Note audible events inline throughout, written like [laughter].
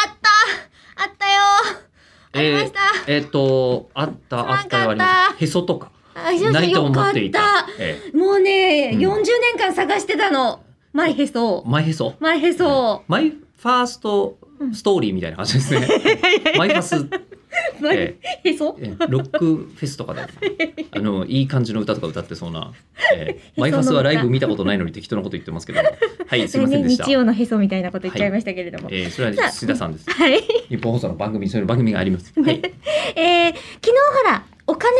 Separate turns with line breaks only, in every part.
あったあったよありました
えーえっと、あった、あったよあり
な
ま
ん
し
かあ
た
っ。た
へそとか。
あよし
ないと思っていた
よかっ。
え
たもうね、
うん
40年間探してたのマイヘソ
ーマイへそ。
マイヘソ
マイファーストストーリーみたいな感じです
[laughs]
ね。マイファス、
マイ
え
ヘソ
えーロックフェスとかで、あの、いい感じの歌とか歌ってそうな。え
[laughs]
ーマイファスはライブ見たことないのに適当なこと言ってますけども。はい、すいませんでした
ね日。曜のへそみたいなこと言っちゃいましたけれども、
えー、それは土田さんです。
はい
日本放送の番組、そういう番組があります。
[laughs]
はい。
えー昨日ほらお金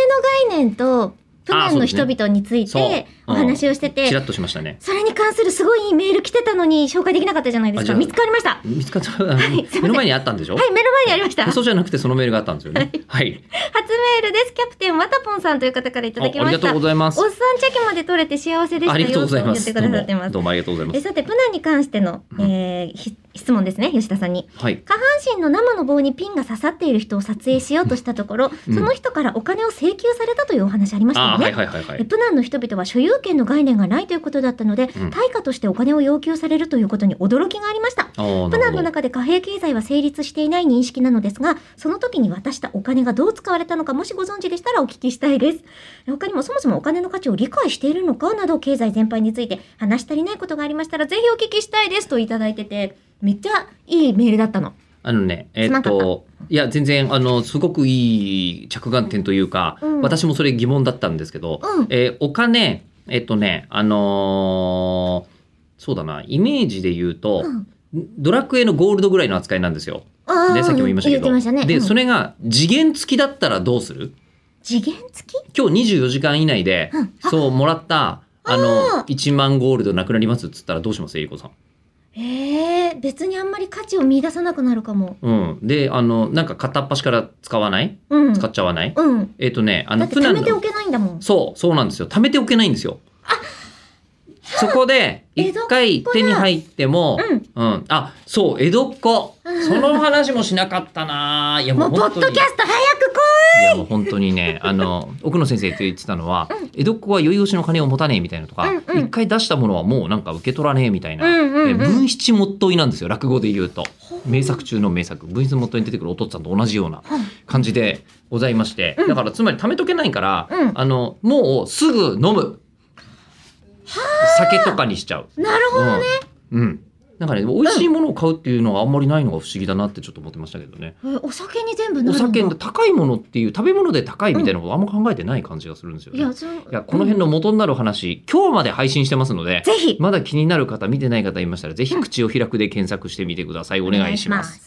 の概念とプランの人々につい
そう
てお話をしてて
ち
そ,、
らっとしましたね。
れに関するすごいいいメール来てたのに紹介できなかったじゃないです
あ
か
じゃあ
見つかりましたはい
見つかった、あの
い [laughs] すいません
目の前にあったんでしょ
目の前にありました
へ
初
そじゃなくてそのメールがあったんですよね。はい。
メールですキャプテンわたぽんさんという方からいた
ああ
だ
り
きま
が
し
とう
た
ご
おっ
ざいます。
さんチェキまで取れて幸せでし
あ
た
りがとう
よ
ご
と
ざい
言
ま
って
す。
く
どう
ださ
も
ってま、す
どうもありがとうございま
え
す。
さてプナンに関しての、えーひ質問ですね吉田さんに
はい。
下半身の生の棒にピンが刺さっている人を撮影しようとしたところ、
うん
その人からお金を請求されたというお話ありました
あ
よ
ー、
ね、
はいはいはいは
え
い。
プナンの人々は所有権の概念がないということだったので、
うん
対価としてお金を要求されるということに驚きがありました。
あー
プ
な
ナン
る
の
ほど。
中で貨幣経済は成立していない認識なのですが、その時に渡したお金がどう使われたのか、もしご存知でしたらお聞きしたいです。他にもそもそもお金の価値を理解しているのかなど、経済全般について話し足りないことがありましたら、ぜひお聞きしたいですといただいてて、めっちゃいいメールだったの。
あのね、え
すま
っ
んかった
と、いや、全然、あの、すごくいい着眼点というか
うん、
私もそれ疑問だったんですけど
うん、
えー、お金、えっとね、あのー、そうだな、イメージで言うと
う、ん
ドラクエのゴールドぐらいの扱いなんですよ。
あ
ね、さっきも言いましたけ
言ってましたね。
ど。で、
うん
それが次元付きだったらどうする
次元付き
今日24時間以内で
うん、あ
そう、もらった、あ
あ
の、1万ゴールドなくなりますっつったらどうしますえりこさん。
えー、別にあんまり価値を見出さなくなるかも。
うん。で、あの、なんか片っ端から使わない
うん。
使っちゃわない、
うん。
えっ、とね、あ
だ
の、
って貯めてお
の、
けないんだもん。
そう、そうなんですよ。貯めておけないんですよ。そこで、
江
一
戸っ子だ
回手に入っても、
うん。
うん、あ、そう、江戸っ子。
うん
その話もしなかったなぁいや、
も
も
う
う
ポッド
本当
キャ
に。
スト早くこ
いやもう本当にね、あの、奥野先生と言ってたのは、江戸っ子は宵越しの金を持たねえみたいなとか、
うんうん
一回出したものはもうなんか受け取らねえみたいな、
うんうんうん
え文七もっといなんですよ、落語で言うと
ほ。う
名作中の名作、文七もっといに出てくるお父っつぁんと同じような
はい
感じでございまして、
うん
だからつまり貯めとけないから、
うん
あの、もうすぐ飲む。酒とかにしちゃう。
いなるほど。
どね。うん。なんかね、美味しいものを買うっていうのはあんまりないのが不思議だなってちょっと思ってましたけどね。
えお酒に全部な
お
るんだ
酒の高いものっていう食べ物で高いみたいなことあんま考えてない感じがするんですよ
い
ね、
や、
い
その。い
やこの辺の元になる話、今日まで配信してますので
ぜひ。
まだ気になる方見てない方いましたらぜひ口を開くで検索してみてくださいお願いします。